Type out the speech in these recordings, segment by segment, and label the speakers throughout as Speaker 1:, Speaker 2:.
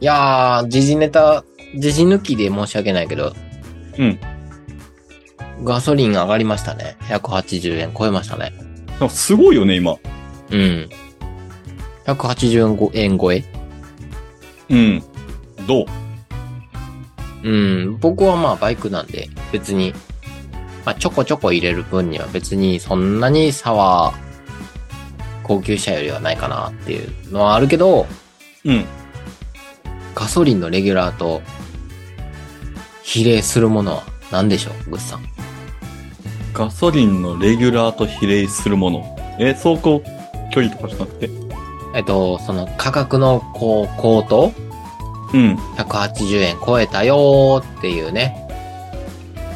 Speaker 1: やー、時事ネタ、時事抜きで申し訳ないけど、
Speaker 2: うん。
Speaker 1: ガソリン上がりましたね。180円超えましたね。
Speaker 2: なんかすごいよね、今。
Speaker 1: うん。180円超え
Speaker 2: うん。どう
Speaker 1: うん。僕はまあバイクなんで、別に、まあちょこちょこ入れる分には別にそんなに差は、高級車よりはないかなっていうのはあるけど、
Speaker 2: うん。
Speaker 1: ガソリンのレギュラーと比例するものは何でしょう、グッさん。
Speaker 2: ガソリンのレギュラーと比例するもの。え、走行距離とかじゃなくて。
Speaker 1: えっと、その価格のこう高騰
Speaker 2: うん。
Speaker 1: 180円超えたよーっていうね。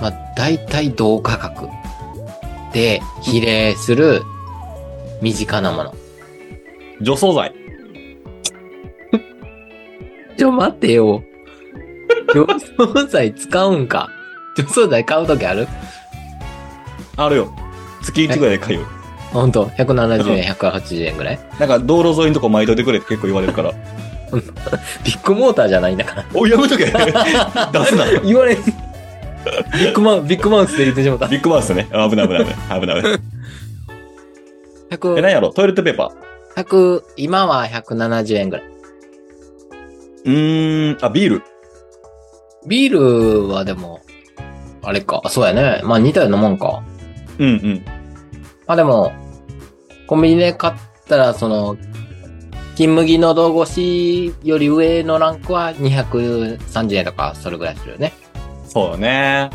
Speaker 1: まあ、大体同価格で比例する身近なもの。
Speaker 2: 除草剤。
Speaker 1: ちょ、待って よ。除草剤使うんか。除草剤買うときある
Speaker 2: あるよ。月1ぐらいで買うよ。
Speaker 1: ほんと、170円、180円ぐらい
Speaker 2: なんか道路沿いのとこ巻いといてくれって結構言われ るから。
Speaker 1: ビッグモーターじゃないんだから。
Speaker 2: おい、やめとけ 出すな。
Speaker 1: 言われん。ビッグマウス、ビッグマウスで言ってしまった。
Speaker 2: ビッグマウスね。あ危ない危ない危ない。危ない 危ない。え、
Speaker 1: 100、
Speaker 2: 何やろトイレットペーパー。
Speaker 1: 100、今は170円ぐらい。
Speaker 2: うーん。あ、ビール。
Speaker 1: ビールはでも、あれか。そうやね。まあ似たようなもんか。
Speaker 2: うんうん。
Speaker 1: まあでも、コンビニで買ったら、その、金麦の道越しより上のランクは230円とか、それぐらいするよね。
Speaker 2: そうだね。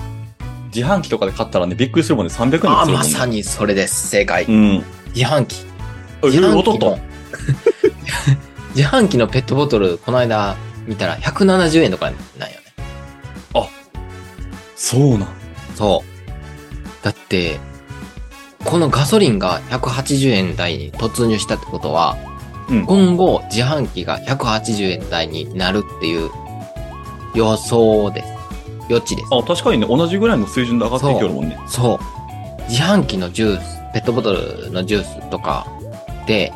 Speaker 2: 自販機とかで買ったらね、びっくりするもんね。300円で
Speaker 1: ああ、ま
Speaker 2: す
Speaker 1: さ
Speaker 2: る
Speaker 1: にそれです。正解。
Speaker 2: もんね。
Speaker 1: 自販機。
Speaker 2: うん。
Speaker 1: 自
Speaker 2: え、
Speaker 1: 販
Speaker 2: おと
Speaker 1: 機
Speaker 2: っと
Speaker 1: の。。 自販機のペットボトル、この間見たら170円とかなんよね。
Speaker 2: そうなん。
Speaker 1: そう。だって、このガソリンが180円台に突入したってことは、
Speaker 2: うん
Speaker 1: 今後自販機が180円台になるっていう予想です。予知で
Speaker 2: あ、確かにね、同じぐらいの水準で上がっていけるもんね。
Speaker 1: す。そう。自販機のジュース、ペットボトルのジュースとかで、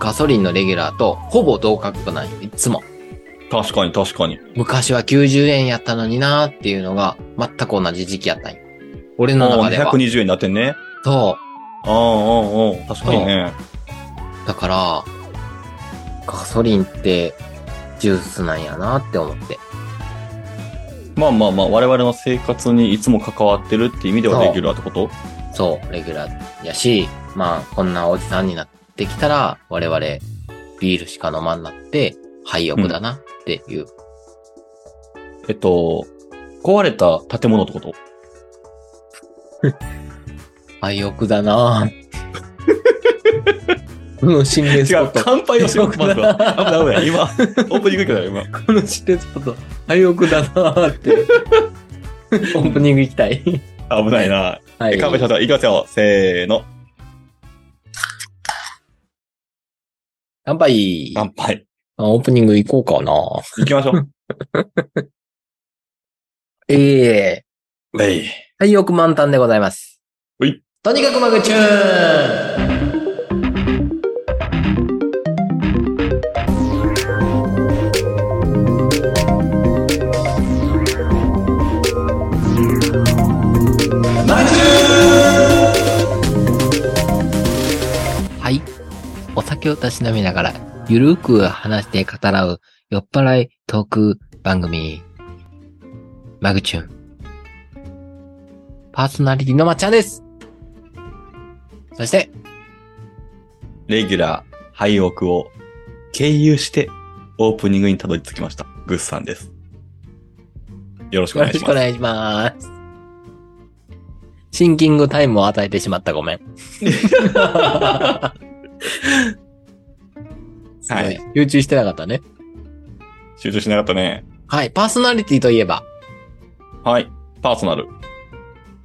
Speaker 1: ガソリンのレギュラーとほぼ同価格なんよ、いつも。
Speaker 2: 確かに確かに。
Speaker 1: 昔は90円やったのになーっていうのが全く同じ時期やったんよ。俺の
Speaker 2: あ
Speaker 1: 中
Speaker 2: あ、
Speaker 1: では。
Speaker 2: 120円になってんね。
Speaker 1: そう。
Speaker 2: ああ、ああ、確かにね。
Speaker 1: だから、ガソリンってジュースなんやなって思って。
Speaker 2: まあまあまあ、我々の生活にいつも関わってるって意味では
Speaker 1: そう
Speaker 2: レギュラーってこと
Speaker 1: そう、レギュラーやし、まあ、こんなおじさんになってきたら、我々、ビールしか飲まんなって、廃屋だなっていう。
Speaker 2: えっと、壊れた建物ってこと
Speaker 1: 廃屋だなこの心霊スポット。
Speaker 2: 乾杯をしよう、まず は。危ない危ない。今、オープニングいくだよ、今。
Speaker 1: この心霊スポット。廃屋だなって。 オープニング行きたい。
Speaker 2: 危ないな。
Speaker 1: は
Speaker 2: え乾杯しましょう。いきますよ。せーの。
Speaker 1: 乾杯。
Speaker 2: 乾杯。
Speaker 1: あオープニング行こうかな。
Speaker 2: 行きましょ う。
Speaker 1: ええ
Speaker 2: えい。
Speaker 1: はい、欲満タンでございます。
Speaker 2: ほい。
Speaker 1: とにかくマグチューンはい。お酒をたしなみながら、ゆるく話して語らう酔っ払いトーク番組。マグチューン。パーソナリティのまっちゃんです。そして、
Speaker 2: レギュラー、廃屋を経由して、オープニングにたどり着きました。グッさんです。よろしくお
Speaker 1: よ
Speaker 2: 願
Speaker 1: ろ
Speaker 2: いし
Speaker 1: しくお
Speaker 2: ます。
Speaker 1: 願いします。シンキングタイムを与えてしまったごめん。は
Speaker 2: はい。。
Speaker 1: 集中してなかったね。
Speaker 2: 集中しなかったね。
Speaker 1: はい。パーソナリティといえば、
Speaker 2: はい。パーソナル。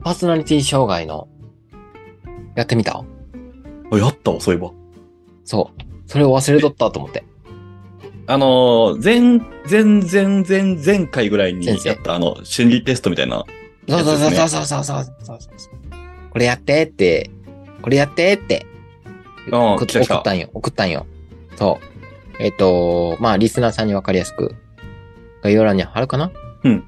Speaker 1: パーソナリティ障害の、やってみた
Speaker 2: あ、やったわ、そういえば。
Speaker 1: そう。それを忘れとったと思って。
Speaker 2: あのー、前、前、前、前、前回ぐらいに
Speaker 1: 先生
Speaker 2: やった、あの、心理テストみたいな。
Speaker 1: そうそうそうそうそうそうそうそう。これやってって、これやってって、
Speaker 2: ああ
Speaker 1: 送
Speaker 2: 来た来た
Speaker 1: 送ったんよ、送ったんよ。そう。えっ、と、まあ、リスナーさんにわかりやすく、概要欄に貼るかな
Speaker 2: うん。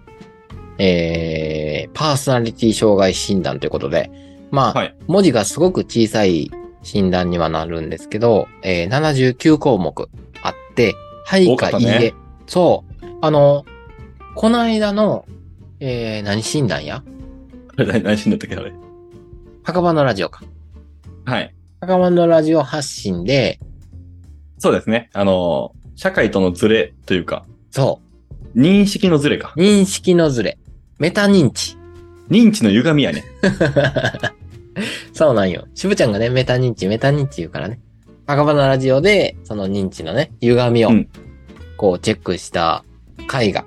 Speaker 1: えー、パーソナリティ障害診断ということで、まあ、
Speaker 2: はい
Speaker 1: 文字がすごく小さい診断にはなるんですけど、えー、79項目あって、はいか
Speaker 2: 多かっ
Speaker 1: いい
Speaker 2: たね
Speaker 1: え、そう。あの、この間の、えー、何診断や
Speaker 2: あれ、何しんだったっけ、あれ。
Speaker 1: 墓場のラジオか。
Speaker 2: はい。
Speaker 1: 墓場のラジオ発信で、
Speaker 2: そうですね。あの、社会とのズレというか、
Speaker 1: そ
Speaker 2: 認識のズレか
Speaker 1: う、。認識のズレ、メタ認知。
Speaker 2: 認知の歪みやね。
Speaker 1: そうなんよ。しぶちゃんがね、メタ認知、メタ認知言うからね。赤羽のラジオで、その認知のね、歪みを
Speaker 2: うん、
Speaker 1: こう、チェックした回が、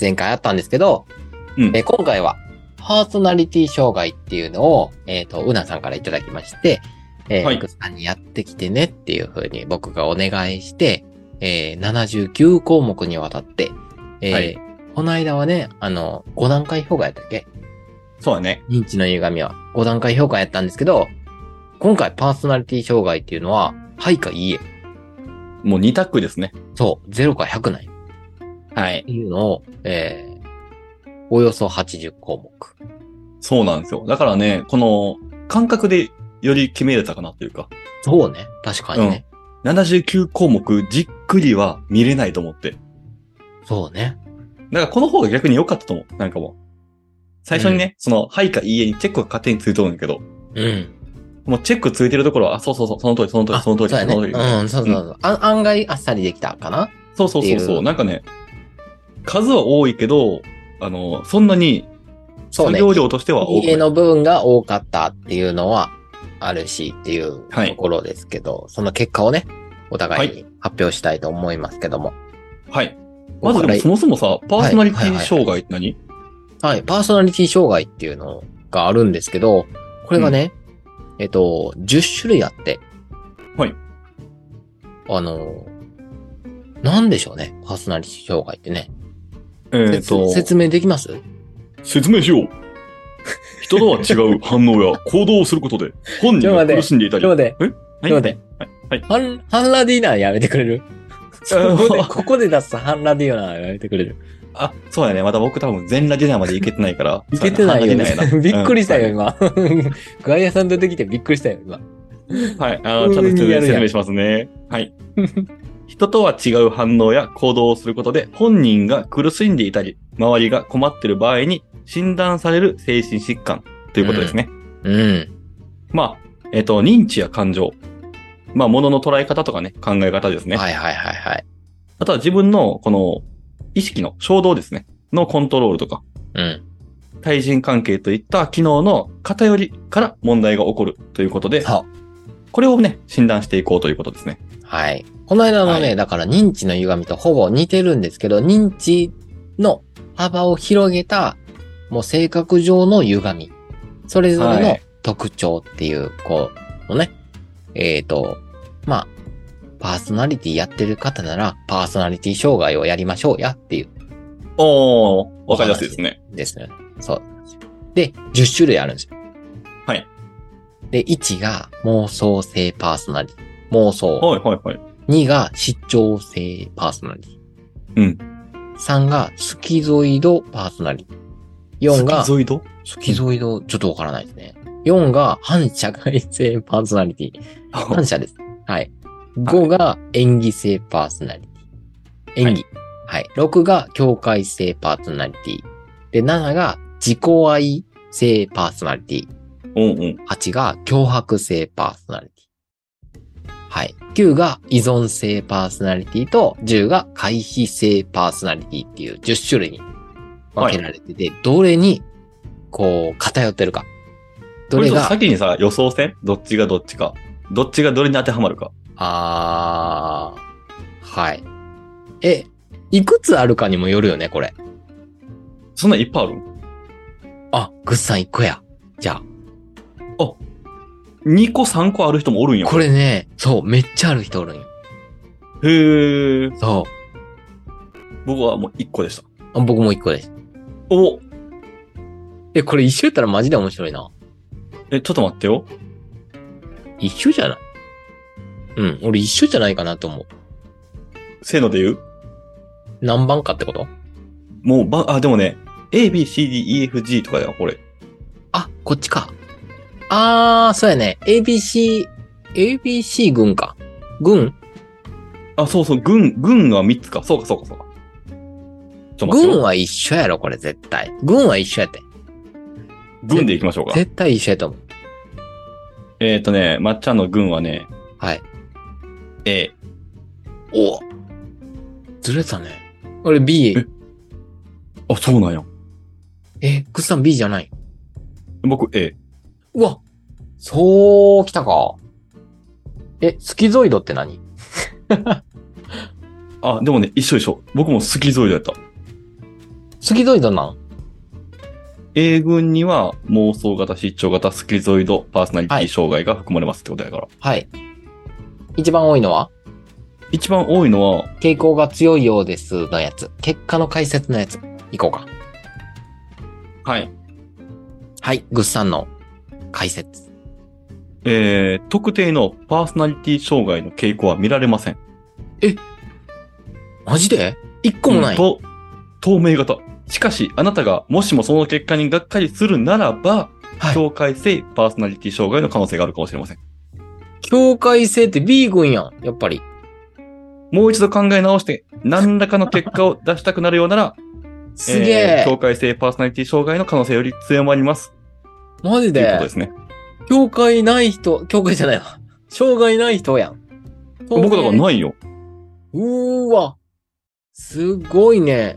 Speaker 1: 前回あったんですけど、
Speaker 2: うん
Speaker 1: えー今回は、パーソナリティ障害っていうのを、えっ、と、うなさんからいただきまして、えー、
Speaker 2: はい
Speaker 1: グッさんにやってきてねっていう風に僕がお願いして、えー、79項目にわたって、えー
Speaker 2: はい
Speaker 1: この間はね、あの、5段階評価やったっけ
Speaker 2: そうだね。
Speaker 1: 認知の歪みは5段階評価やったんですけど、今回パーソナリティ障害っていうのは、はいかいいえ。
Speaker 2: もう2タックですね。
Speaker 1: そう、0か100ない。っ
Speaker 2: はい。
Speaker 1: ていうのを、えー、およそ80項目。
Speaker 2: そうなんですよ。だからね、この感覚でより決めれたかなというか、
Speaker 1: そうね。確かにね。
Speaker 2: 79項目じっくりは見れないと思って。
Speaker 1: そうね。
Speaker 2: だからこの方が逆に良かったと思う。なんかもう。最初にね、その、はいかいいえにチェックが勝手についとるんだけど、
Speaker 1: うん。
Speaker 2: もうチェックついてるところは、あ、そうそうそう、その通り、その通り、その通り、
Speaker 1: そうや
Speaker 2: そ
Speaker 1: ね。
Speaker 2: の通り。
Speaker 1: うん、そうそうそう。あ案外あっさりできたかな
Speaker 2: そうそうそう
Speaker 1: ってい
Speaker 2: そうう。なんかね、数は多いけど、あの、そんなに
Speaker 1: そう
Speaker 2: 作
Speaker 1: ね。
Speaker 2: 業量としては多
Speaker 1: い
Speaker 2: く
Speaker 1: いえ
Speaker 2: ない。
Speaker 1: の部分が多かったっていうのはあるしっていう
Speaker 2: はい
Speaker 1: ところですけど、その結果をね、お互いに発表したいと思いますけども。
Speaker 2: はい。まずでもそもそもさ、パーソナリティ障害って何
Speaker 1: はい、パーソナリティ障害っていうのがあるんですけど、これがね、えっと、10種類あって。
Speaker 2: はい。
Speaker 1: あの、なんでしょうね、パーソナリティ障害ってね。
Speaker 2: えっ
Speaker 1: 説
Speaker 2: と、
Speaker 1: 説明できます
Speaker 2: 説明しよう。人とは違う反応や行動をすることで、本人が苦しんでいたり。
Speaker 1: 今日で、
Speaker 2: はい
Speaker 1: 今日で。
Speaker 2: はい
Speaker 1: ハン、ハンラディーナーやめてくれる
Speaker 2: あ
Speaker 1: ここで、ここで出すハンラディーナーやめてくれる
Speaker 2: あ、そうやね。また僕多分全ラジナまで行けてないから。
Speaker 1: いけてないよ、
Speaker 2: そうや
Speaker 1: ね
Speaker 2: な。
Speaker 1: びっくりした。よ、
Speaker 2: うん
Speaker 1: 今。 外野さん出てきてびっくりしたよ、今。
Speaker 2: はい。あの、ちゃんと説明説明しますね。はい。人とは違う反応や行動をすることで、本人が苦しんでいたり、周りが困っている場合に診断される精神疾患ということですね。
Speaker 1: うん。
Speaker 2: まあ、えっ、と、認知や感情。まあ、ものの捉え方とかね、考え方ですね。
Speaker 1: はいはいはいはい。
Speaker 2: あとは自分の、この、意識の衝動ですね。のコントロールとか、
Speaker 1: うん。
Speaker 2: 対人関係といった機能の偏りから問題が起こるということで、
Speaker 1: そう。
Speaker 2: これをね、診断していこうということですね。
Speaker 1: はい。この間のね、
Speaker 2: はい
Speaker 1: だから認知の歪みとほぼ似てるんですけど、認知の幅を広げた、もう性格上の歪み。それぞれ
Speaker 2: は
Speaker 1: の
Speaker 2: い
Speaker 1: 特徴っていう、こう、のね、えっ、と、まあ、パーソナリティやってる方なら、パーソナリティ障害をやりましょうやっていう
Speaker 2: おー、わかりやすいですね。
Speaker 1: んですよね。そう。で、10種類あるんですよ。
Speaker 2: はい。
Speaker 1: で、1が妄想性パーソナリティ。妄想。
Speaker 2: はいはいはい。
Speaker 1: 2が失調性パーソナリティ。
Speaker 2: うん。
Speaker 1: 3がスキゾイドパーソナリティ。4が
Speaker 2: スキ、ゾイド
Speaker 1: スキゾイド、ちょっとわからないですね。4が反社会性パーソナリティ。反社です。はい。5が演技性パーソナリティ。演技。はい。6が境界性パーソナリティ。で、7が自己愛性パーソナリティ。
Speaker 2: うんうん。
Speaker 1: 8が脅迫性パーソナリティ。はい。9が依存性パーソナリティと、10が回避性パーソナリティっていう10種類に分けられてて、どれに、こう、偏ってるか。ど
Speaker 2: これ
Speaker 1: れ
Speaker 2: ちょっと
Speaker 1: が、
Speaker 2: 先にさ、予想戦どっちがどっちか。どっちがどれに当てはまるか。
Speaker 1: あー、はい。え、いくつあるかにもよるよね、これ。
Speaker 2: そんなんいっぱいある
Speaker 1: あ、グッさん1個や。じゃ
Speaker 2: ?2 個3個ある人もおるん
Speaker 1: あ、
Speaker 2: や。
Speaker 1: これね、そう、めっちゃある人おるんよ。
Speaker 2: へー。
Speaker 1: そ
Speaker 2: 僕はもう1個でした。
Speaker 1: う。あ僕も1個です。
Speaker 2: お
Speaker 1: え、これ一緒やったらマジで面白いな。
Speaker 2: え、ちょっと待ってよ。
Speaker 1: 一緒じゃないうん、俺一緒じゃないかなと思う。
Speaker 2: せーので言う
Speaker 1: 何番かってこと
Speaker 2: もうば、あ、でもね、A, B, C, D, E, F, G とかだよ、これ。
Speaker 1: あ、こっちか。あー、そうやね。ABC、ABC 軍か。軍
Speaker 2: あ、そうそう、軍、軍が3つか。そうか、そうか、そうか。ちょっと待って
Speaker 1: 軍
Speaker 2: よ。
Speaker 1: は一緒やろ、これ絶対。軍は一緒やって。
Speaker 2: 軍でいきましょうか。
Speaker 1: 絶対一緒やと思う。
Speaker 2: えっ、とね、まっちゃんの軍はね、
Speaker 1: はい。
Speaker 2: A。
Speaker 1: おずれたね。俺 B
Speaker 2: え。あ、そうなんや。
Speaker 1: え、くっさん B じゃない。
Speaker 2: 僕 A。
Speaker 1: うわそう、来たか。え、スキゾイドって何
Speaker 2: あ、でもね、一緒一緒。僕もスキゾイドやった。
Speaker 1: スキゾイドなん
Speaker 2: A 軍には妄想型、失調型、スキゾイド、パーソナリテ
Speaker 1: は
Speaker 2: ィ
Speaker 1: い
Speaker 2: 障害が含まれますってことやから。
Speaker 1: はい。一番多いのは
Speaker 2: 一番多いのは、
Speaker 1: 傾向が強いようですのやつ。結果の解説のやつ。いこうか。
Speaker 2: はい。
Speaker 1: はい。ぐっさんの解説。
Speaker 2: えー、特定のパーソナリティ障害の傾向は見られません。
Speaker 1: マジで一個もない。
Speaker 2: うんと、透明型。しかし、あなたがもしもその結果にがっかりするならば、
Speaker 1: はい
Speaker 2: 境界性パーソナリティ障害の可能性があるかもしれません。
Speaker 1: 境界性って B 群やん。やっぱり。
Speaker 2: もう一度考え直して、何らかの結果を出したくなるようなら、
Speaker 1: すげえ。
Speaker 2: 境界性パーソナリティ障害の可能性より強まります。
Speaker 1: マジ
Speaker 2: ということ
Speaker 1: で
Speaker 2: ですね。
Speaker 1: 境界ない人、境界じゃないわ。障害ない人やん。
Speaker 2: 僕だから
Speaker 1: い。
Speaker 2: ないよ。
Speaker 1: うーわ。すごいね。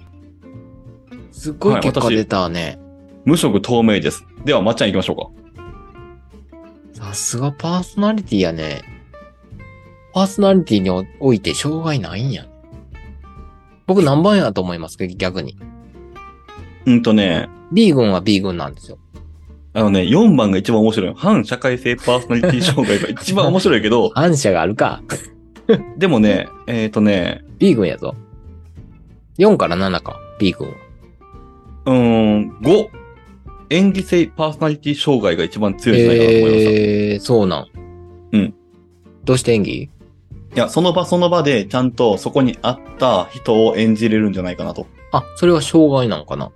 Speaker 1: すごい結果
Speaker 2: はい私
Speaker 1: 出たね。
Speaker 2: 無色透明です。では、まっちゃん行きましょう
Speaker 1: さすがパーソナリティやね。パーソナリティにおいて障害ないんや。僕何番やと思いますか逆に。
Speaker 2: か。うんとね、
Speaker 1: B 群は B 群なんですよ。、
Speaker 2: あのね、4番が一番面白いの。反社会性パーソナリティ障害が一番面白いけど
Speaker 1: 反射があるか。
Speaker 2: でもね、えっ、とね、
Speaker 1: B 群やぞ。4から7か。B 群は。
Speaker 2: うーん、5。演技性パーソナリティ障害が一番強いんじゃないかなと思いました。い
Speaker 1: えー、そうなん。
Speaker 2: うん。
Speaker 1: どうして演技
Speaker 2: や、その場その場でちゃんとそこに合った人を演じれるんじゃないかなと。
Speaker 1: あ、それは障害なのかな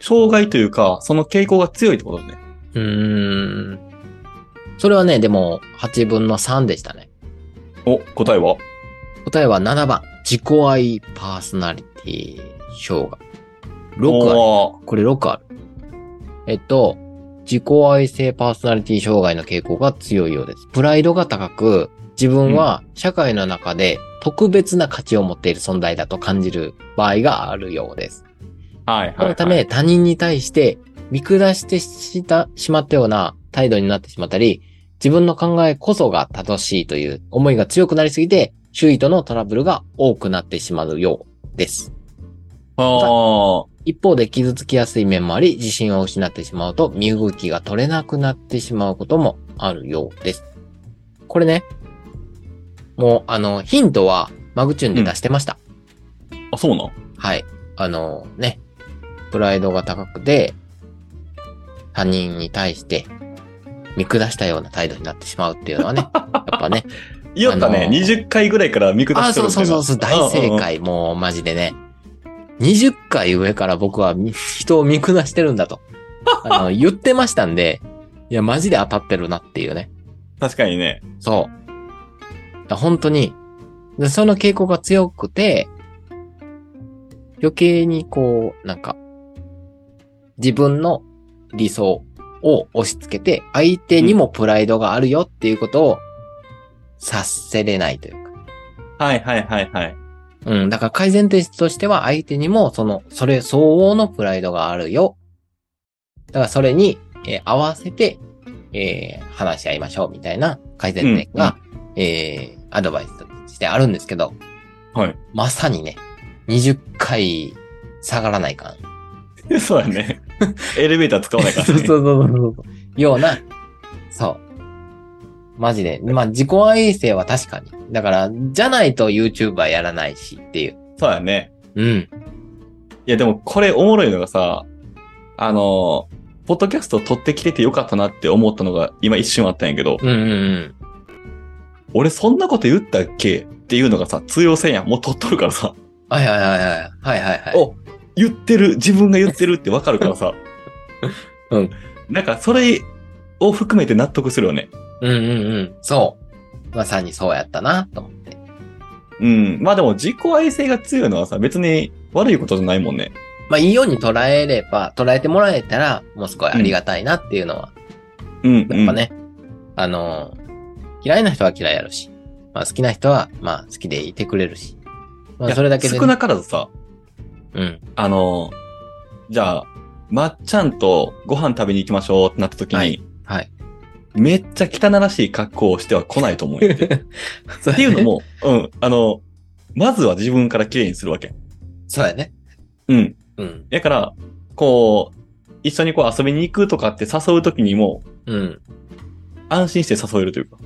Speaker 2: 障害というか、その傾向が強いってことだね。
Speaker 1: うーん。それはね、でも、8分の3でしたね。
Speaker 2: お、答えは
Speaker 1: 答えは7番。自己愛パーソナリティ障害。6ある。
Speaker 2: おー
Speaker 1: これ6ある。えっと、自己愛性パーソナリティ障害の傾向が強いようです。プライドが高く、自分は社会の中で特別な価値を持っている存在だと感じる場合があるようです。
Speaker 2: はいはい、はい。
Speaker 1: そのため、他人に対して見下してしたしまったような態度になってしまったり、自分の考えこそが正しいという思いが強くなりすぎて、周囲とのトラブルが多くなってしまうようです。
Speaker 2: あ
Speaker 1: 一方で傷つきやすい面もあり、自信を失ってしまうと身動きが取れなくなってしまうこともあるようです。これね、もうあの、ヒントはマグチューンで出してました。
Speaker 2: ーあ、そうなん。
Speaker 1: はい。あのね、プライドが高くて、他人に対して見下したような態度になってしまうっていうの はね、やっぱね。
Speaker 2: 言おったね、
Speaker 1: あのー
Speaker 2: 20回ぐらいから見下
Speaker 1: あ
Speaker 2: し
Speaker 1: あ、
Speaker 2: て
Speaker 1: そう
Speaker 2: るみた
Speaker 1: そ
Speaker 2: いうな
Speaker 1: そうそう、大正。解、もうマジでね。20回上から僕はみ人を見下してるんだ と。あの、言ってましたんで、いや、マジで当たってるなっていうね。
Speaker 2: 確かにね。
Speaker 1: そう。だから本当に、でその傾向が強くて、余計にこう、なんか、自分の理想を押し付けて、相手にもプライドがあるよっていうことを察せれないというか。
Speaker 2: はいはいはいはい。
Speaker 1: うん、だから改善点としては相手にもその、それ相応のプライドがあるよ。だからそれに、えー合わせて、えー話し合いましょうみたいな改善点が、えーアドバイスとしてあるんですけど、
Speaker 2: はい。
Speaker 1: まさにね、20回下がらない感。
Speaker 2: そうだね。エレベーター使わないから、ね。
Speaker 1: そうそうそうそうそう。ような、そう。マジで。まあ、自己愛生は確かに。だから、じゃないと YouTuber やらないしっていう。
Speaker 2: そうだね。
Speaker 1: うん。
Speaker 2: いや、でもこれおもろいのがさ、あのー、ポッドキャスト撮ってきててよかったなって思ったのが今一瞬あったんやけど、
Speaker 1: うんうんうん。
Speaker 2: 俺そんなこと言ったっけっていうのがさ、通用せんやん。もう撮っとるからさ。
Speaker 1: はいはいはいはい。はいはいはい。。
Speaker 2: お言ってる、自分が言ってるってわかるからさ
Speaker 1: うん。
Speaker 2: なんか、それを含めて納得するよね。
Speaker 1: うんうんうん。そう。まさにそうやったな、と思って。
Speaker 2: うん。まあでも、自己愛性が強いのはさ、別に悪いことじゃないもんね。
Speaker 1: まあ、いいように捉えれば、捉えてもらえたら、もうすごいありがたいなっていうのは、
Speaker 2: うん、うん。
Speaker 1: やっぱ。ね、あのー嫌いな人は嫌いやるし、まあ、好きな人は、まあ、好きでいてくれるし、まあ、それだけで、
Speaker 2: 少なからずさ、
Speaker 1: うん。
Speaker 2: あの、じゃあ、まっちゃんとご飯食べに行きましょうってなった時に、
Speaker 1: はいはい。
Speaker 2: めっちゃ汚らしい格好をしては来ないと思う よ。って
Speaker 1: そう
Speaker 2: い
Speaker 1: や
Speaker 2: うの
Speaker 1: ね。
Speaker 2: も、うん、あの、まずは自分から綺麗にするわけ。
Speaker 1: そうやね。
Speaker 2: うん。
Speaker 1: うん。
Speaker 2: だから、こう、一緒にこう遊びに行くとかって誘う時にも、
Speaker 1: うん。
Speaker 2: 安心して誘えるというか。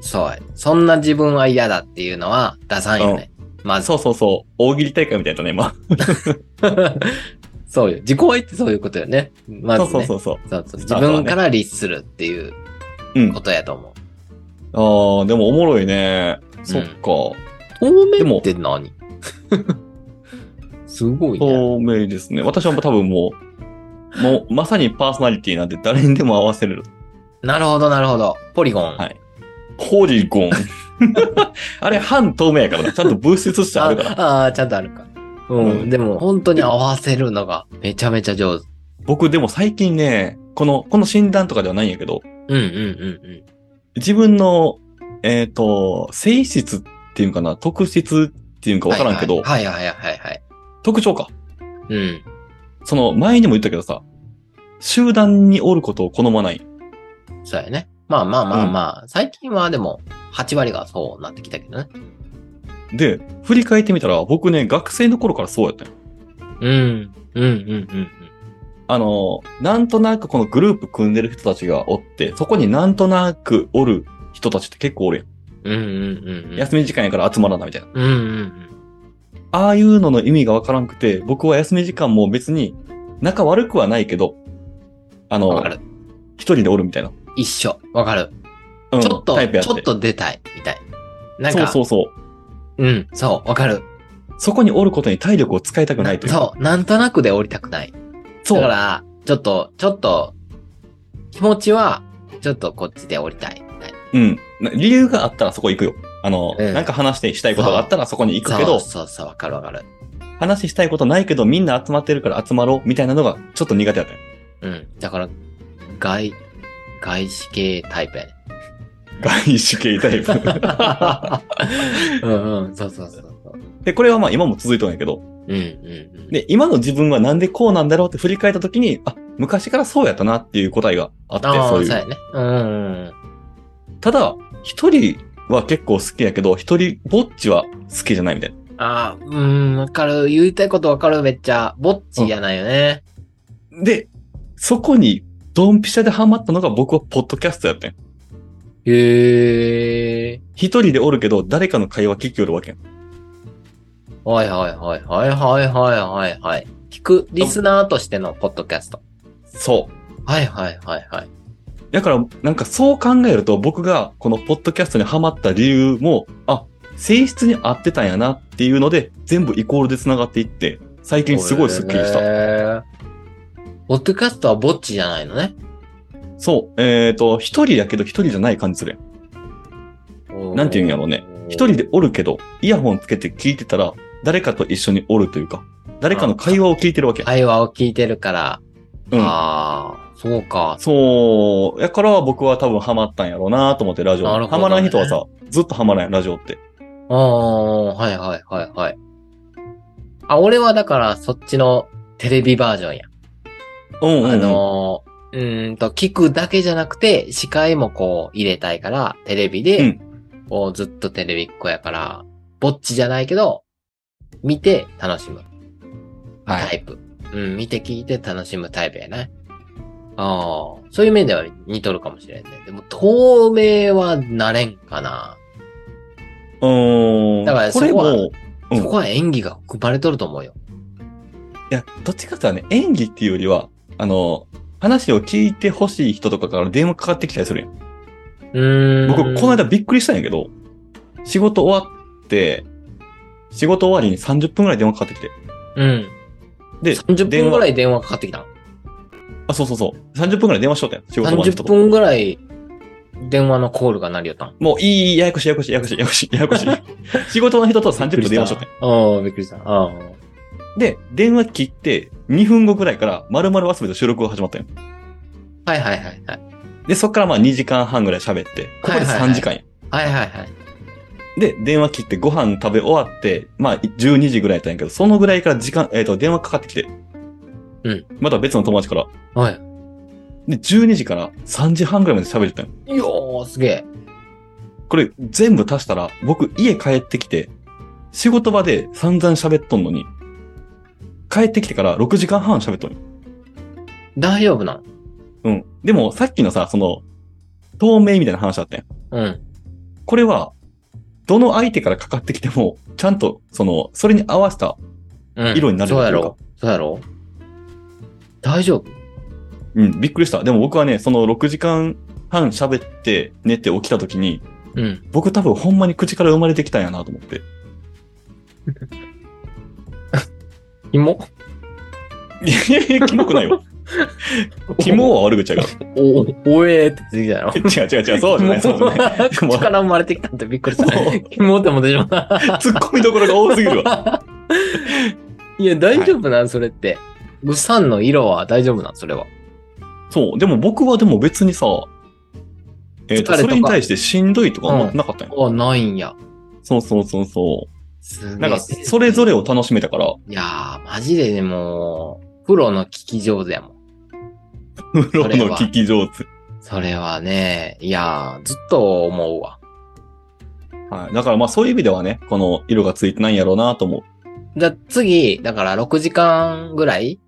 Speaker 1: そうや。そんな自分は嫌だっていうのは出さんよね。まず。
Speaker 2: そうそうそう、大喜利大会みたいだね、まあ。
Speaker 1: そうよ。自己愛ってそういうことよね。まず
Speaker 2: そ
Speaker 1: ね。
Speaker 2: うそうそうそう。
Speaker 1: そうそう
Speaker 2: ス
Speaker 1: 自
Speaker 2: タートはね
Speaker 1: 分から律するっていう
Speaker 2: うん。あ
Speaker 1: ことやと思う。
Speaker 2: あー、でもおもろいね。そっか。
Speaker 1: 透
Speaker 2: で
Speaker 1: 明
Speaker 2: も
Speaker 1: って何 すごいね。
Speaker 2: 透明ですね。私はもう多分もう、もうまさにパーソナリティなんて誰にでも合わせれる。
Speaker 1: なるほど、なるほど。ポリゴン。
Speaker 2: はいポリゴン。 あれ半透明やからな。ちゃんと物質してあるから。
Speaker 1: ああー、ちゃんとあるか。うん。
Speaker 2: うん
Speaker 1: でも、本当に合わせるのがめちゃめちゃ上手。
Speaker 2: 僕でも最近ね、この、この診断とかではないんやけど、
Speaker 1: うんうんうんうん。
Speaker 2: 自分の、えっ、と、性質っていうのかな、特質っていうのかわからんけど、
Speaker 1: はいはいはいはいはい。
Speaker 2: 特徴か。
Speaker 1: うん。
Speaker 2: その前にも言ったけどさ、集団におることを好まない。
Speaker 1: そうやね。まあまあまあまあ、最近はでも、8割がそうなってきたけどね。
Speaker 2: で、振り返ってみたら、僕ね、学生の頃からそうやったんよ
Speaker 1: うん。うんうんうん
Speaker 2: あの、なんとなくこのグループ組んでる人たちがおって、そこになんとなくおる人たちって結構おるやん。
Speaker 1: うん。うんうんうんうん。
Speaker 2: 休み時間やから集まらないみたいな。
Speaker 1: うんうんうん。
Speaker 2: ああいうのの意味がわからんくて、僕は休み時間も別に仲悪くはないけど、
Speaker 1: わ
Speaker 2: あの
Speaker 1: か、る。
Speaker 2: 一人でおるみたいな。
Speaker 1: 一緒。わかる。
Speaker 2: うん
Speaker 1: ちょっと、
Speaker 2: タイプやっ
Speaker 1: ちょ
Speaker 2: て。
Speaker 1: っと出たい、みたい。なんか、
Speaker 2: そうそうそ
Speaker 1: う
Speaker 2: う。
Speaker 1: ん、そう、わかる。
Speaker 2: そこにおることに体力を使いたくないという。
Speaker 1: そう、なんとなくで降りたくない。
Speaker 2: そう
Speaker 1: だから、ちょっと、ちょっと、気持ちは、ちょっとこっちで降りたい。みたいな
Speaker 2: うん。な理由があったらそこ行くよ。あの、
Speaker 1: うん
Speaker 2: なんか話してしたいことがあったらそこに行くけど、
Speaker 1: そうそうそう、わかるわかる。
Speaker 2: 話したいことないけどみんな集まってるから集まろうみたいなのがちょっと苦手だったよ。
Speaker 1: うん。だから、外、外資系タイプ やね。
Speaker 2: 外資系タイプ。
Speaker 1: うんうん、そうそうそうそう。
Speaker 2: で、これはまあ今も続いとんやけど、
Speaker 1: うんうんうん。
Speaker 2: で、今の自分はなんでこうなんだろうって振り返った時に、あ、昔からそうやったなっていう答えがあって、
Speaker 1: ああ、
Speaker 2: そ
Speaker 1: そうう
Speaker 2: い
Speaker 1: や
Speaker 2: う。
Speaker 1: ね。うんうんうん。
Speaker 2: ただ、一人は結構好きやけど、一人ぼっちは好きじゃないみたいな。
Speaker 1: ああ、うん、わかる。言いたいことわかる、めっちゃ。ぼっちじゃないよね。
Speaker 2: で、そこにドンピシャでハマったのが僕はポッドキャストやったんよ
Speaker 1: へえ。
Speaker 2: 一人でおるけど、誰かの会話聞きよるわけやん
Speaker 1: はいはいはいはいはいはいはいはい。聞くリスナーとしてのポッドキャスト。
Speaker 2: そう。
Speaker 1: はいはいはいはい。
Speaker 2: だから、なんかそう考えると、僕がこのポッドキャストにハマった理由も、あ、性質に合ってたんやなっていうので、全部イコールで繋がっていって、最近すごいスッキリした。
Speaker 1: た。ポッドキャストはぼっちじゃないのね。
Speaker 2: そう。えっ、と、一人やけど一人じゃない感じするやん。なんて言うんやろうね。一人でおるけど、イヤホンつけて聞いてたら、誰かと一緒におるというか、誰かの会話を聞いてるわけ。
Speaker 1: 会話を聞いてるから。
Speaker 2: うん。
Speaker 1: ああ、そうか。
Speaker 2: そう。やから僕は多分ハマったんやろうなと思って、ラジオ。
Speaker 1: なるほど
Speaker 2: ハ
Speaker 1: ね
Speaker 2: マらん人はさ、ずっとハマらんやん、ラジオって。
Speaker 1: ああ、はいはいはいはい。あ、俺はだからそっちのテレビバージョンや。
Speaker 2: うんうん、うん。
Speaker 1: あのーうーんと、聞くだけじゃなくて、司会もこう入れたいから、テレビ
Speaker 2: う
Speaker 1: で
Speaker 2: ん、
Speaker 1: こうずっとテレビっ子やから、ぼっちじゃないけど、見て楽しむ
Speaker 2: は
Speaker 1: タ
Speaker 2: い。
Speaker 1: イプ。うん、見て聞いて楽しむタイプやね。ああ、そういう面では似とるかもしれんね。でも、透明はなれんかな。
Speaker 2: うーん。
Speaker 1: だから
Speaker 2: これ
Speaker 1: そこは
Speaker 2: も、うん
Speaker 1: そこは演技が含まれとると思うよ。
Speaker 2: いや、どっちかというとね、演技っていうよりは、あの、話を聞いてほしい人とかから電話かかってきたりするやん。
Speaker 1: うーん。
Speaker 2: 僕、この間びっくりしたんやけど、仕事終わって、仕事終わりに30分ぐらい電話かかってきて。
Speaker 1: うん。
Speaker 2: で、
Speaker 1: 30分ぐら
Speaker 2: い
Speaker 1: い電話かかってきたの。
Speaker 2: あ、そうそうそう。30分ぐらい電話しとったよ。仕事終わりの人
Speaker 1: 30
Speaker 2: と。
Speaker 1: 分ぐらい電話のコールが鳴りよったん。
Speaker 2: もういいいい、ややこしい、ややこしい、ややこしい、ややこしい、やや こしい。仕事の人と30分電話しとったよ。
Speaker 1: ああ、びっくりした。ああ。
Speaker 2: で、電話切って2分後ぐらいから丸々忘れて収録が始まったよ。
Speaker 1: はいはいはいはい。
Speaker 2: で、そっからまあ2時間半ぐらい喋って、ここで3時間や。
Speaker 1: はいはいはい。
Speaker 2: で、電話切ってご飯食べ終わって、まあ、12時ぐらいやったんやけど、そのぐらいから時間、えっ、と、電話かかってきて。
Speaker 1: うん。
Speaker 2: また別の友達から。
Speaker 1: はい。
Speaker 2: で、12時から3時半ぐらいまで喋ってたんよ。
Speaker 1: いやー、すげえ。
Speaker 2: これ全部足したら、僕家帰ってきて、仕事場で散々喋っとんのに、帰ってきてから6時間半喋っとんよ。
Speaker 1: 大丈夫なん
Speaker 2: うん。でも、さっきのさ、その、透明みたいな話あったやん。
Speaker 1: うん。
Speaker 2: これは、どの相手からかかってきても、ちゃんと、その、それに合わせた、
Speaker 1: うん。
Speaker 2: 色になるよ
Speaker 1: そうやろそうやろ大丈夫
Speaker 2: うん、びっくりした。でも僕はね、その6時間半喋って寝て起きた時に、
Speaker 1: うん。
Speaker 2: 僕多分ほんまに口から生まれてきたんやなと思って。
Speaker 1: 紐
Speaker 2: いやいや、キモくないよ。肝は悪口やか
Speaker 1: お、おおえーってついたやろ
Speaker 2: ら。 違う違う違う、そうじゃない、そうじゃな い。
Speaker 1: もう口から生まれてきたってびっくりし
Speaker 2: も
Speaker 1: た。
Speaker 2: う
Speaker 1: 紐って思ってしまった。
Speaker 2: 突っ込みどころが多すぎるわ。
Speaker 1: いや、大丈夫なんそれって。グサンの色は大丈夫なんそれは。
Speaker 2: そう、でも僕はでも別にさ、え
Speaker 1: 疲れ
Speaker 2: っ、
Speaker 1: と
Speaker 2: と、
Speaker 1: か
Speaker 2: それに対してしんどいとか思ってなかったんや。
Speaker 1: あ、ないんや。
Speaker 2: そうそうそうそ
Speaker 1: すげえ。
Speaker 2: う。なんか、それぞれを楽しめた から、
Speaker 1: いやー、マジででも、プロの聞き上手やもん。
Speaker 2: プロの聞き上手。
Speaker 1: それはね、いやー、ずっと思うわ。
Speaker 2: はい。だからまあそういう意味ではね、この色がついてないんやろうなと思う。
Speaker 1: じゃ、次、だから6時間ぐらい、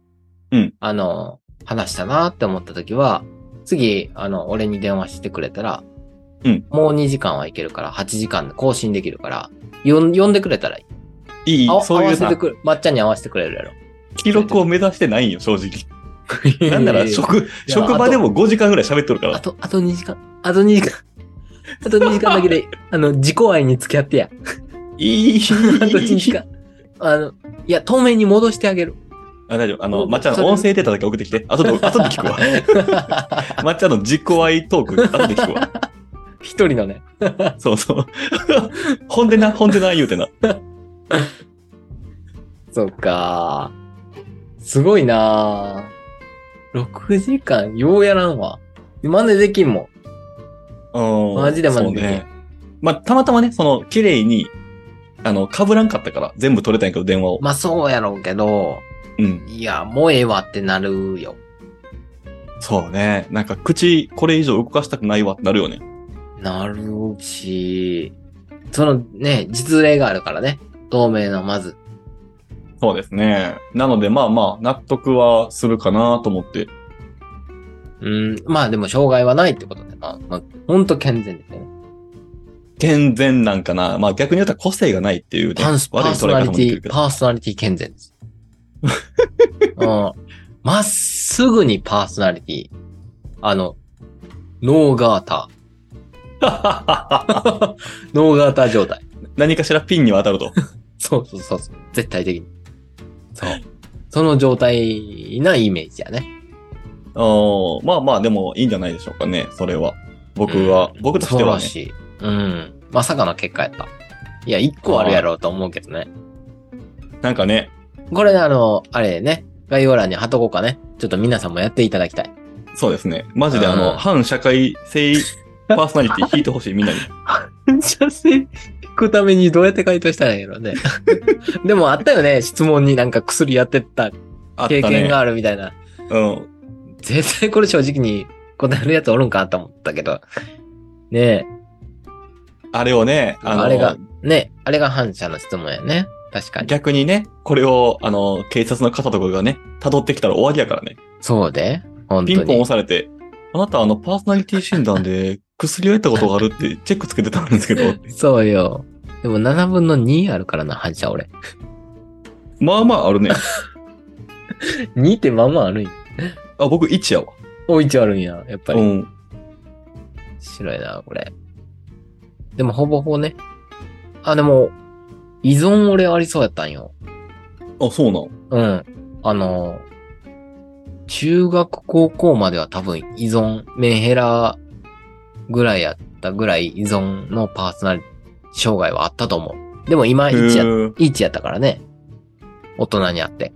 Speaker 2: うん
Speaker 1: あの、話したなって思った時は、次、あの、俺に電話してくれたら、
Speaker 2: うん
Speaker 1: もう2時間はいけるから、8時間で更新できるから、よん呼んでくれたらいい。
Speaker 2: いい
Speaker 1: あ、
Speaker 2: そう
Speaker 1: 合
Speaker 2: いう
Speaker 1: わせ
Speaker 2: さ
Speaker 1: て、くる。抹茶に合わせてくれるやろ。
Speaker 2: 記録を目指してないんよ、正直。 なんなら、職、
Speaker 1: や
Speaker 2: 職場でも5時間ぐらい喋っとるか
Speaker 1: あ
Speaker 2: ら。
Speaker 1: と、あと2時間。あと2時間。あと2時間だけ で、あの、自己愛に付き合ってや。
Speaker 2: いい、
Speaker 1: あと2時間。あの、いや、透明に戻してあげる。
Speaker 2: あ、大丈夫。あの、
Speaker 1: うん
Speaker 2: 抹茶
Speaker 1: そ
Speaker 2: の
Speaker 1: れ
Speaker 2: 音声データだけ送ってきて。後で、後で 聞くわ。抹茶の自己愛トーク、後で聞 くわ。
Speaker 1: 一人のね。
Speaker 2: そうそう。ほんでな、ほんでな、言うてな。
Speaker 1: そっかー。すごいなー。6時間、ようやらんわ。真似できんもん。
Speaker 2: うん。
Speaker 1: マジでマジで
Speaker 2: そうね。まあ、たまたまね、その、綺麗に、あの、被らんかったから、全部取れたんやけど、電話を。
Speaker 1: まあそうやろうけど、
Speaker 2: うん。
Speaker 1: いや、もうええわってなるよ。
Speaker 2: そうね。なんか、口、これ以上動かしたくないわってなるよね。
Speaker 1: なるし、そのね、実例があるからね。透明のまず。
Speaker 2: そうですね。なので、まあまあ、納得はするかなと思って。
Speaker 1: うん、まあでも障害はないってことで、まあ、まあ、ほんと健全ですよね。
Speaker 2: 健全なんかな。まあ逆に言ったら個性がないっていうね、
Speaker 1: パンスパ
Speaker 2: 悪い
Speaker 1: ーソ
Speaker 2: 捉
Speaker 1: ナ
Speaker 2: え
Speaker 1: リ
Speaker 2: 方も
Speaker 1: テ
Speaker 2: できる
Speaker 1: ィ、
Speaker 2: けど。
Speaker 1: パーソナリティ健全です。うん。まっすぐにパーソナリティ。あの、ノーガータ ー。ノーガーター状態。
Speaker 2: 何かしらピンには当たると。
Speaker 1: そうそうそうそう。絶対的に。そう。その状態なイメージやね。
Speaker 2: おーまあまあ、でもいいんじゃないでしょうかね、それは。僕は、僕とし
Speaker 1: 素
Speaker 2: て
Speaker 1: 晴
Speaker 2: は
Speaker 1: ら
Speaker 2: ね。
Speaker 1: しい。うん。まさかの結果やった。いや、一個あるやろうと思うけどね。
Speaker 2: なんかね、
Speaker 1: これね、あの、あれね、概要欄に貼っとこうかね。ちょっと皆さんもやっていただきたい。
Speaker 2: そうですね。マジであ
Speaker 1: う
Speaker 2: の、
Speaker 1: ん
Speaker 2: 反社会性パーソナリティ引いてほしい、みんなに。
Speaker 1: 反射性聞くためにどうやって回答したらいいのね。でもあったよね、質問になんか薬やってった
Speaker 2: あった ね。
Speaker 1: 経験があるみたいな。
Speaker 2: うん。
Speaker 1: 絶対これ正直に答えるやつおるんかと思ったけど。ね
Speaker 2: あれをね、
Speaker 1: え、
Speaker 2: あの、
Speaker 1: あれが、ねあれが反射の質問やね。確かに。
Speaker 2: 逆にね、これを、あの、警察の方とかがね、辿ってきたら終わりやからね。
Speaker 1: そうで、本当
Speaker 2: ピン
Speaker 1: に。
Speaker 2: ポン押されて、あなたあの、パーソナリティ診断で薬を得たことがあるってチェックつけてたんですけ ど、
Speaker 1: そうよ。でも7分の2あるからな、反射俺。
Speaker 2: まあまああるね。
Speaker 1: 2ってまあまああるんや。
Speaker 2: あ、僕1やわ。
Speaker 1: おいちあるんや、やっぱり。
Speaker 2: うん。
Speaker 1: 白いな、これ。でも、ほぼほぼね。あ、でも、依存俺ありそうやったんよ。
Speaker 2: あ、そうなん。
Speaker 1: うん。あの、中学高校までは多分依存、メンヘラぐらいやったぐらい依存のパーソナリティ障害はあったと思う。でも今1や
Speaker 2: へ、ー
Speaker 1: 1やったからね。大人にあって。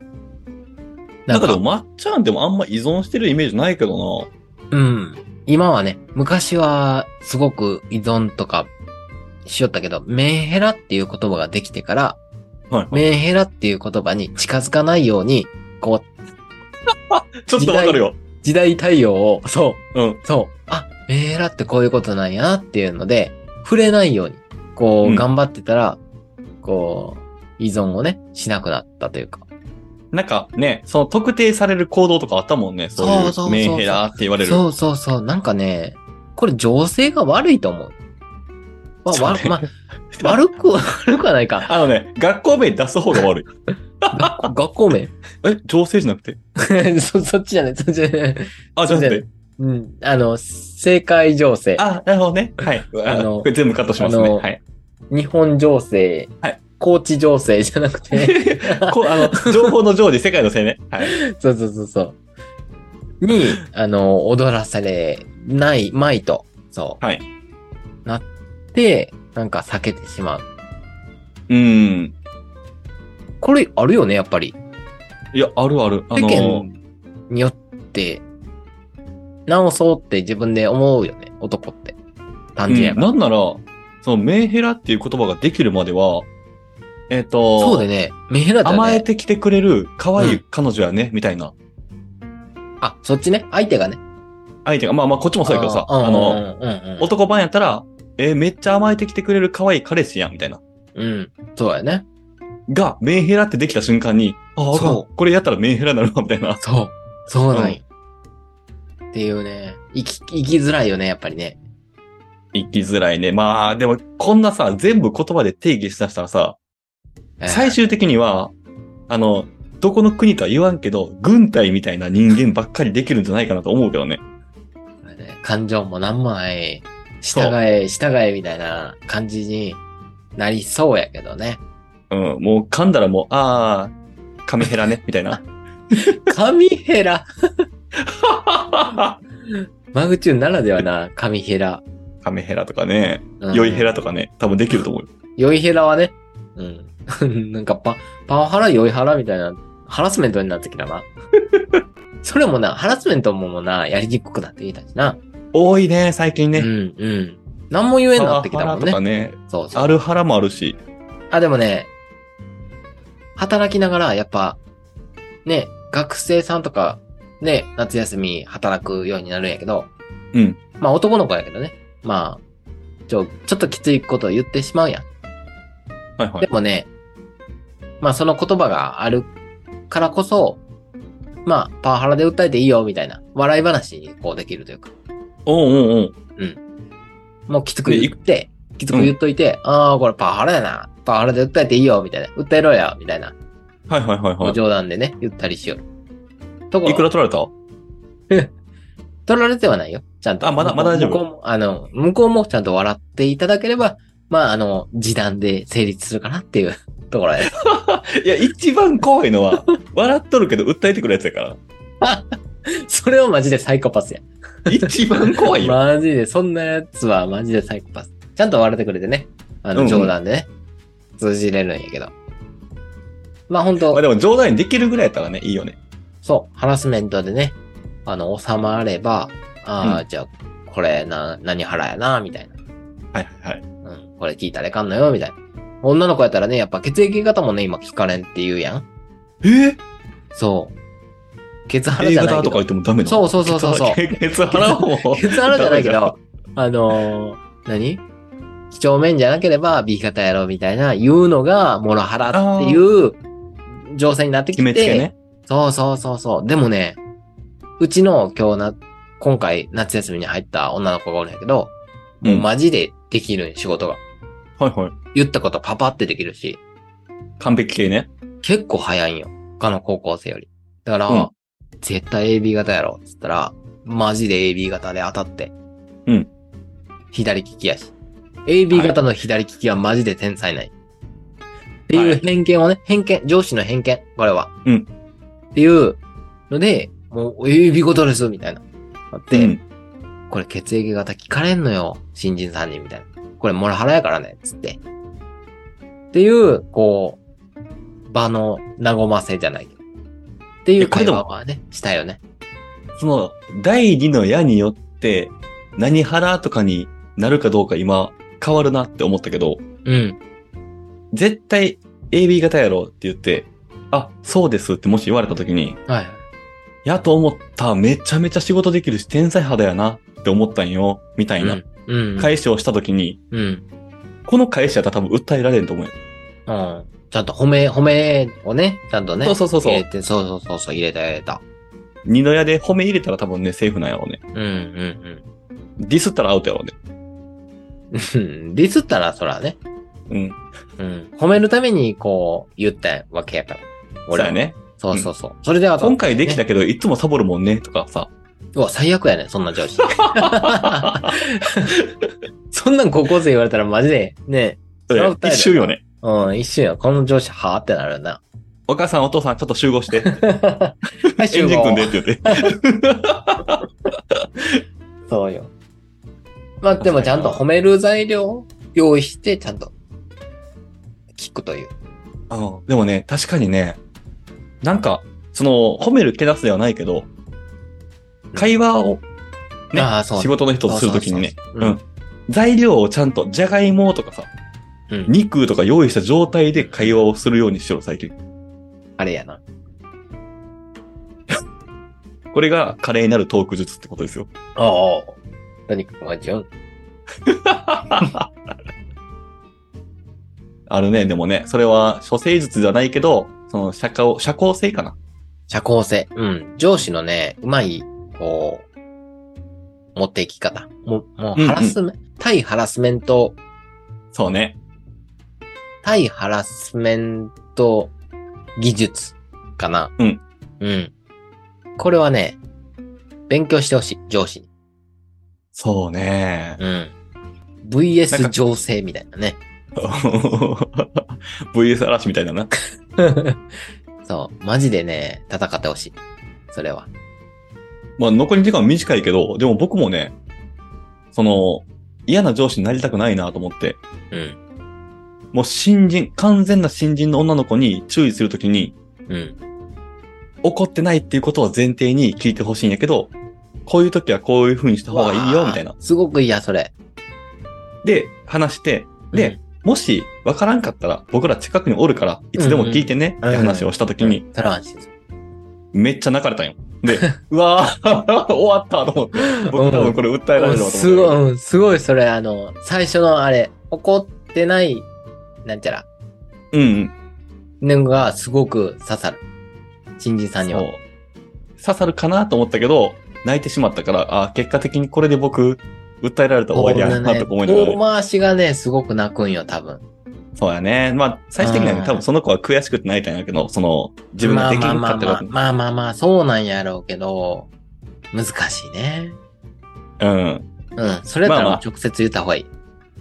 Speaker 2: なんかでも、まっちゃんでもあんま依存してるイメージないけど
Speaker 1: うん。今はね、昔はすごく依存とかしよったけど、メンヘラっていう言葉ができてから、
Speaker 2: な。はいはい。
Speaker 1: メンヘラっていう言葉に近づかないように、こう、
Speaker 2: ちょっとわかるよ。
Speaker 1: 時代対応を、そう、
Speaker 2: うん。
Speaker 1: そう。あ、メンヘラってこういうことなんやなっていうので、触れないように、こう、
Speaker 2: うん
Speaker 1: 頑張ってたら、こう、依存をね、しなくなったというか。
Speaker 2: なんかね、その特定される行動とかあったもんね。そう
Speaker 1: そうそう
Speaker 2: い
Speaker 1: そう
Speaker 2: うメンヘラって言われる。
Speaker 1: そうそうそう。なんかね、これ女性が悪いと思う。まあ、わ
Speaker 2: そうね
Speaker 1: まあ、悪くは、悪くはないか。
Speaker 2: あのね、学校名出す方が 悪い。
Speaker 1: 学学校名
Speaker 2: え、情勢じゃなく て
Speaker 1: そ、そっちじゃない、そっちじゃない。
Speaker 2: あ、じゃなくて。
Speaker 1: うん。あの、正解情勢。
Speaker 2: あ、なるほどね。はい。あ
Speaker 1: あの
Speaker 2: の、これ全部カットしますね。
Speaker 1: あの
Speaker 2: はい。
Speaker 1: 日本情勢。
Speaker 2: はい
Speaker 1: 高知情勢じゃなく て。
Speaker 2: こう、あの、情報の上に世界のせいね。はい。
Speaker 1: そうそうそうそう。に、あの、踊らされない、まいと、そう。
Speaker 2: はい
Speaker 1: なって、なんか避けてしまう。
Speaker 2: うん。
Speaker 1: これあるよね、やっぱり。
Speaker 2: いや、あるある。あ
Speaker 1: 世
Speaker 2: の、
Speaker 1: 間によって、直そうって自分で思うよね、男って。単純や
Speaker 2: うん
Speaker 1: から。
Speaker 2: なんなら、そのメンヘラっていう言葉ができるまでは、えっ、と、
Speaker 1: そうでね、メンヘラだよね。
Speaker 2: 甘えてきてくれる可愛い彼女やね、みたいな。
Speaker 1: あ、そっちね、相手がね。
Speaker 2: 相手が、まあまあこっちもそうやけどさ、あ
Speaker 1: ー
Speaker 2: の、、
Speaker 1: うんうんうん
Speaker 2: 男版やったら、えーめっちゃ甘えてきてくれる可愛い彼氏やん、みたいな。
Speaker 1: うん、そうやね。
Speaker 2: が、メンヘラってできた瞬間に、ああ、
Speaker 1: そ
Speaker 2: これやったらメンヘラになるわ、みたい な。
Speaker 1: そう、そうなんよ。っていうね、生き、生きづらいよね、やっぱりね。
Speaker 2: 生きづらいね。まあ、でも、こんなさ、全部言葉で定義しだしたらさ、最終的には、あの、どこの国とは言わんけど、軍隊みたいな人間ばっかりできるんじゃないかなと思うけどね。
Speaker 1: これね感情も何もない、従え、従えみたいな感じになりそうやけどね。
Speaker 2: うん、もう噛んだらもう、ああ、カメヘラね、みたい な。
Speaker 1: 紙ヘラマグチューンならでは な、紙ヘラ。
Speaker 2: カメヘラとかね、
Speaker 1: うん
Speaker 2: 酔いヘ。ラとかね、多分できると思う。
Speaker 1: 酔いヘラはね、 うん。なんかパ、パワハラ、酔いハラみたいな、ハラスメントになってきた な。それもな、ハラスメントももな、やりにくくなってきたしな。
Speaker 2: 多いね、最近
Speaker 1: う
Speaker 2: ね。
Speaker 1: ん、うん。何も言えん
Speaker 2: パ
Speaker 1: なっ
Speaker 2: ワ
Speaker 1: てき
Speaker 2: ハ
Speaker 1: た
Speaker 2: ラ
Speaker 1: もん
Speaker 2: と
Speaker 1: ね。
Speaker 2: かね、
Speaker 1: そうそう。
Speaker 2: あるハラもあるし。
Speaker 1: あ、でもね、働きながら、やっぱ、ね、学生さんとか、ね、夏休み働くようになるんやけど、
Speaker 2: うん。
Speaker 1: まあ男の子やけどね。まあ、ちょ、ちょっときついことを言ってしまうやん。
Speaker 2: はいは
Speaker 1: で
Speaker 2: い。
Speaker 1: もね、まあその言葉があるからこそ、まあパワハラで訴えていいよみたいな、笑い話にこうできるというか、
Speaker 2: おうんうんうん。
Speaker 1: もうきつく言って、きつく言っといて、ああ、これパワハラやな。パワハラで訴えていいよみたいな、訴えろや、みたいな。
Speaker 2: はいはいはい
Speaker 1: もう
Speaker 2: は
Speaker 1: 冗談でね、言ったりしよる。とこ
Speaker 2: い。
Speaker 1: ろ
Speaker 2: いくら取られた
Speaker 1: 取られてはないよ。ちゃんと。
Speaker 2: あまだ
Speaker 1: 向こう
Speaker 2: まだ大丈夫
Speaker 1: 向こうも、あの、向こうもちゃんと笑っていただければ、まあ、あの、時短で成立するかなっていう ところ です。
Speaker 2: いや、一番怖い のは、笑っとるけど訴えてくるやつやから。
Speaker 1: それをマジでサイコパスや。
Speaker 2: 一番怖いよ。
Speaker 1: マジで、そんなやつはマジでサイコパス。ちゃんと笑ってくれてね。あ
Speaker 2: うんう
Speaker 1: の、
Speaker 2: ん
Speaker 1: 冗談でね。通じれるんやけど。まあ、本
Speaker 2: まあ
Speaker 1: 当
Speaker 2: でも冗談にできるぐらいやったらね、いいよね。
Speaker 1: そう、ハラスメントでね、あの、収まれば、ああ、じゃあ、これ、な、何腹やな、みたいな。
Speaker 2: はいはいはい。
Speaker 1: うん、これ聞いたらいかんのよ、みたいな。女の子やったらね、やっぱ血液型もね、今聞かれんって言うやん。
Speaker 2: え
Speaker 1: そう。血
Speaker 2: ー、
Speaker 1: 腹
Speaker 2: A
Speaker 1: じゃない
Speaker 2: 型
Speaker 1: け
Speaker 2: とか
Speaker 1: ど
Speaker 2: 言っ。てもダメなの
Speaker 1: そうそうそうそうそう。
Speaker 2: ケツ腹を。
Speaker 1: 血腹じゃないけ
Speaker 2: ダメ
Speaker 1: ど、あのー、何几帳面じゃなければ B 型やろ、みたいな、言うのが、モロハラっていう、情勢になってき
Speaker 2: 決
Speaker 1: て。
Speaker 2: めつけね。
Speaker 1: そうそうそうそう。でもね、うちの今日な、今回夏休みに入った女の子がおるんやけど、もうマジでできるんよ仕事が。
Speaker 2: はいはい。
Speaker 1: 言ったことパパってできるし。
Speaker 2: 完璧系ね。
Speaker 1: 結構早いんよ。他の高校生より。だから、
Speaker 2: うん
Speaker 1: 絶対 AB 型やろっつったら、マジで AB 型で当たって。
Speaker 2: うん。
Speaker 1: 左利きやし。AB 型の左利きはマジで天才ない。ってい
Speaker 2: は
Speaker 1: う
Speaker 2: い
Speaker 1: 偏見をね、偏見、上司の偏見、これは。
Speaker 2: うん
Speaker 1: っていうので、もう、ええ見事です、みたいな。だって、
Speaker 2: うん
Speaker 1: これ血液型聞かれんのよ、新人さんに、みたいな。これモラハラやからね、つって。っていう、こう、場の和ませじゃないけど。ってい
Speaker 2: え
Speaker 1: う
Speaker 2: こ
Speaker 1: 会
Speaker 2: れでも
Speaker 1: 話はね、したよね。
Speaker 2: その、第二の矢によって、何腹とかになるかどうか今、変わるなって思ったけど、
Speaker 1: うん。
Speaker 2: 絶対 AB 型やろって言って、あ、そうですってもし言われた時に、
Speaker 1: はい。
Speaker 2: やと思った、めちゃめちゃ仕事できるし、天才肌やなって思ったんよ、みたいな、
Speaker 1: うん。うん。
Speaker 2: 返しをした時に、
Speaker 1: うん。
Speaker 2: この返しやったら多分訴えられんと思うよ。
Speaker 1: うん。ちゃんと褒め、褒めをね、ちゃんとね。
Speaker 2: そうそうそうそう
Speaker 1: 入れて、そうそうそうそう、入れた入れた。
Speaker 2: 二の矢で褒め入れたら多分ね、セーフなんやろうね。
Speaker 1: うんうん
Speaker 2: ディスったらアウトやろうね。
Speaker 1: うん。ディスったら、そらね。
Speaker 2: うん。
Speaker 1: うん。褒めるために、こう、言ったわけやから。
Speaker 2: そう
Speaker 1: は
Speaker 2: や。ね。
Speaker 1: そうそうそう。それでは、
Speaker 2: 今回できたけど、いつもサボるもんね、とかさ。
Speaker 1: うわ、最悪やね、そんな上司。 そんなん高校生言われたらマジで、ね、
Speaker 2: それ
Speaker 1: そう訴える
Speaker 2: 一瞬よね。
Speaker 1: うん、一瞬や。この上司、はーってなるな。
Speaker 2: お母さん、お父さん、ちょっと集合して。
Speaker 1: はい、
Speaker 2: エ
Speaker 1: 集
Speaker 2: ンジン組
Speaker 1: 合
Speaker 2: んで。って 言って。
Speaker 1: そうよ。まあ、でもちゃんと褒める材料を用意して、ちゃんと、聞くという。
Speaker 2: うんでもね、確かにね、なんか、その、褒めるけ出すではないけど、会話を、ね
Speaker 1: ああ、そう
Speaker 2: 仕事の人とするときにね、
Speaker 1: そうそうそう
Speaker 2: 材料をちゃんと、じゃがいもとかさ、
Speaker 1: うん。うん。
Speaker 2: 肉とか用意した状態で会話をするようにしろ、最近。
Speaker 1: あれやな。
Speaker 2: これが華麗なるトーク術ってことですよ。
Speaker 1: おおお。とにかく、まあ、じゅん。
Speaker 2: あるね、でもね、それは、処世術ではないけど、その、社交、社交性かな。
Speaker 1: 社交性。うん。上司のね、うまい、こう、持っていき方。もう、も
Speaker 2: うん
Speaker 1: う、
Speaker 2: うん
Speaker 1: ハラスメ、対ハラスメント、
Speaker 2: そうね。
Speaker 1: 対ハラスメント技術かな。
Speaker 2: うん。
Speaker 1: うん。これはね、勉強してほしい、上司に。
Speaker 2: そうね。
Speaker 1: うん。
Speaker 2: なんか
Speaker 1: VS 情勢みたいな ね。
Speaker 2: VS 嵐みたいだな。
Speaker 1: そう。マジでね、戦ってほしい。それは。
Speaker 2: まあ、残り時間短いけど、でも僕もね、その、嫌な上司になりたくないなと思って、
Speaker 1: うん。
Speaker 2: もう新人、完全な新人の女の子に注意するときに、
Speaker 1: うん。
Speaker 2: 怒ってないっていうことを前提に聞いてほしいんやけど、こういう時はこういう風にした方がいいよ、みたいな
Speaker 1: わ。あすごく嫌、それ。
Speaker 2: で、話して、
Speaker 1: う
Speaker 2: で
Speaker 1: ん、、
Speaker 2: もしわからんかったら、僕ら近くにおるから、いつでも聞いてね、
Speaker 1: うんうん
Speaker 2: って話をしたときに、
Speaker 1: トランシス。
Speaker 2: めっちゃ泣かれたんよ。で、うわー終わったと思って、僕多分これ訴えられるわと思って。
Speaker 1: すごい、うん、すごい、それ、あの、最初のあれ、怒ってない、なんちゃら、
Speaker 2: うんうん。
Speaker 1: のがすごく刺さる。新人さんには。
Speaker 2: そう刺さるかなと思ったけど、泣いてしまったから、あ結果的にこれで僕、訴えられたら終わりやなとか思いなが
Speaker 1: 遠
Speaker 2: ら。
Speaker 1: 回しがね、すごく泣くんよ、多分。
Speaker 2: そうやね。まあ、最終的に
Speaker 1: う
Speaker 2: は
Speaker 1: ん
Speaker 2: 多分その子は悔しくて泣いたんやけど、その、自分ができなかった
Speaker 1: まあまあまあ
Speaker 2: か
Speaker 1: まあまあまあ、そうなんやろうけど、難しいね。
Speaker 2: ら。うん。
Speaker 1: うん、それやったら
Speaker 2: まあ
Speaker 1: もう
Speaker 2: まあ
Speaker 1: 直接言った方がいい。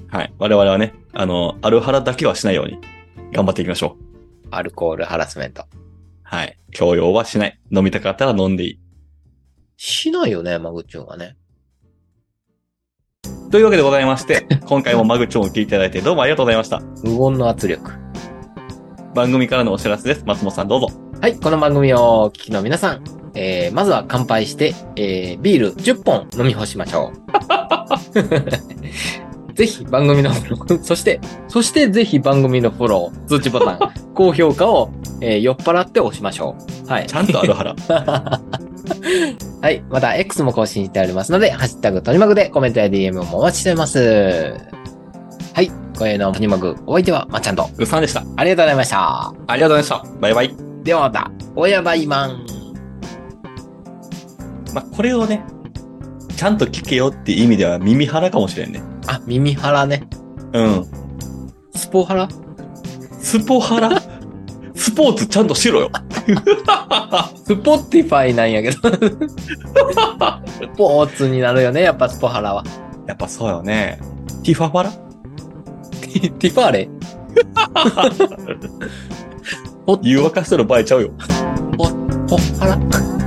Speaker 2: はい。我々はね、あの、アルハラだけはしないように、頑張っていきましょう。
Speaker 1: アルコールハラスメント。
Speaker 2: はい。強要はしない。飲みたかったら飲んでいい。
Speaker 1: しないよね、マグチュンはね。
Speaker 2: というわけでございま して、今回もマグチョンを聞いていただいてどうもありがとうございました。
Speaker 1: 無言の圧力。
Speaker 2: 番組からのお知らせです。松本さんどうぞ。
Speaker 1: はい、この番組をお聞きの皆さん、えー、まずは乾杯して、えー、ビール10本飲み干しましょう。 ぜひ番組のフォロー、そして、そしてぜひ番組のフォロー、通知ボタ ン、高評価を、えー酔っ払って押しましょう。はい
Speaker 2: ち。ゃんとアル ハラ。
Speaker 1: はい。また X も更新しておりますので、ハッシュタグとにまぐでコメントや DM もお待ちしております。はい。今夜のとにまぐ、お相手はまっちゃんと、
Speaker 2: うさんでした。
Speaker 1: ありがとうございました。
Speaker 2: ありがとうございました。バイバイ。
Speaker 1: ではまた、おやばいまん。
Speaker 2: まあ、これをね、ちゃんと聞けよって意味では耳腹かもしれんね。
Speaker 1: あ、耳腹ね。
Speaker 2: うん。
Speaker 1: スポハラ
Speaker 2: スポ腹スポーツちゃんとしろよ。
Speaker 1: スポティファイなんやけど。スポーツになるよね、やっぱスポハラは。
Speaker 2: やっぱそうよね。ティファファラ
Speaker 1: ティティファーレほっ、
Speaker 2: 誘惑したら映えちゃうよ。
Speaker 1: ほっ、ほっはら。